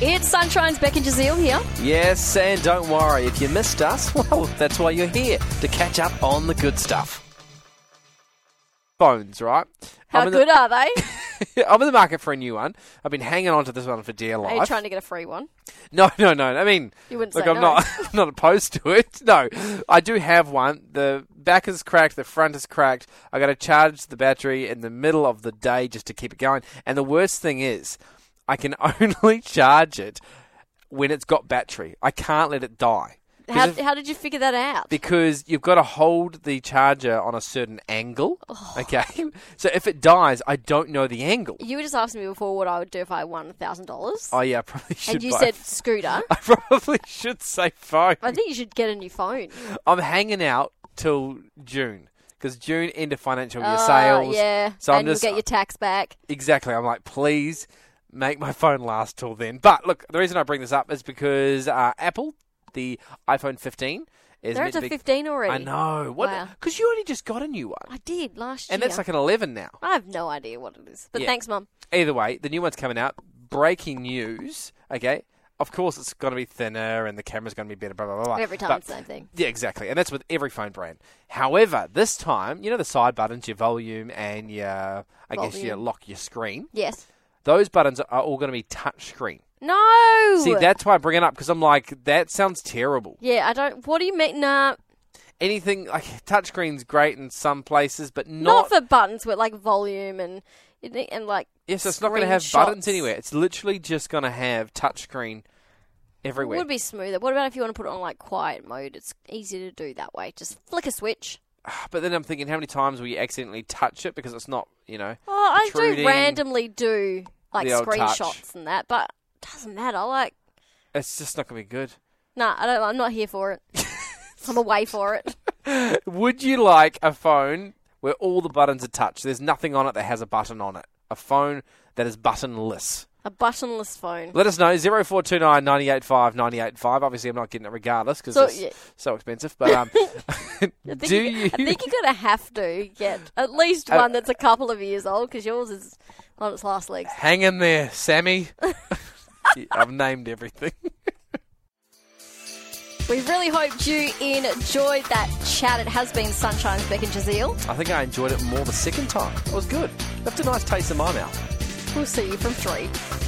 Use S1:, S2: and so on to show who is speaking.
S1: It's Sunshine's Becky Jazeel here.
S2: Yes, and don't worry, if you missed us, well, that's why you're here, to catch up on the good stuff. Phones, right?
S1: How
S2: I'm in
S1: good
S2: the,
S1: are they?
S2: I'm in the market for a new one. I've been hanging on to this one for dear life.
S1: Are you trying to get a free one?
S2: No, no, no. I mean,
S1: You wouldn't
S2: look,
S1: say
S2: I'm
S1: no.
S2: not, I'm not opposed to it. No, I do have one. The back is cracked. The front is cracked. I got to charge the battery in the middle of the day just to keep it going. And the worst thing is, I can only charge it when it's got battery. I can't let it die. 'Cause
S1: How,
S2: if-
S1: how did you figure that out?
S2: because you've got to hold the charger on a certain angle.
S1: Oh.
S2: Okay, so if it dies, I don't know the angle.
S1: you were just asking me before what I would do if I won thousand dollars,
S2: Oh yeah, I probably should.
S1: and you
S2: buy-
S1: said scooter.
S2: I probably should say phone.
S1: I think you should get a new phone.
S2: I'm hanging out till June because June end of financial year
S1: Oh,
S2: sales.
S1: yeah,
S2: So I'm
S1: and
S2: just uh,
S1: you'll get your tax back.
S2: exactly. I'm like, please make my phone last till then. But look, the reason I bring this up is because uh, Apple, the iPhone 15, is
S1: They're up
S2: meant to
S1: to
S2: be.
S1: fifteen already.
S2: I know. What?
S1: Wow.
S2: Because you only just got a new one,
S1: I did last
S2: and
S1: year.
S2: that's like an 11 now.
S1: I have no idea what it is, but
S2: Yeah.
S1: thanks, mum.
S2: Either way, the new one's coming out. Breaking news. Okay. Of course, it's going to be thinner, and the camera's going to be better. Blah blah blah. blah.
S1: Every time
S2: But
S1: it's the same thing.
S2: Yeah, exactly. And that's with every phone brand. However, this time, you know the side buttons, your volume and your, I guess, your
S1: Volume.
S2: lock your screen?
S1: Yes.
S2: Those buttons are all going to be touch screen.
S1: No.
S2: See, that's why I bring it up because I'm like, that sounds terrible.
S1: Yeah, I don't. What do you mean? Nah,
S2: Anything like touch screen's great in some places, but
S1: not,
S2: not.
S1: for buttons, but like volume and and like.
S2: yes, it's not going to have
S1: screenshots.
S2: buttons anywhere. It's literally just going to have touch screen
S1: It
S2: everywhere.
S1: would be smoother. What about if you want to put it on like quiet mode? It's easier to do that way. Just flick a switch.
S2: But then I'm thinking, how many times will you accidentally touch it because it's not, you know.
S1: Oh, I do
S2: Protruding.
S1: randomly do like
S2: The old touch.
S1: screenshots and that, but it doesn't matter. Like,
S2: It's just not going to be good.
S1: nah, I don't. I'm not here for it. I'm away for it.
S2: Would you like a phone where all the buttons are touch? There's nothing on it that has a button on it. A phone that is buttonless.
S1: A buttonless phone.
S2: Let us know zero four two nine ninety eight five ninety eight five. Obviously, I'm not getting it regardless because
S1: So,
S2: it's
S1: yeah.
S2: so expensive. But um,
S1: I think
S2: do
S1: you, Uh,
S2: you?
S1: I think you're gonna have to get at least one that's a couple of years old because yours is on its last legs.
S2: Hang in there, Sammy. I've named everything.
S1: We really hoped you enjoyed that chat. It has been Sunshine's Beck and Jazeel.
S2: I think I enjoyed it more the second time. It was good. Left a nice taste in my mouth.
S1: We'll see you from three.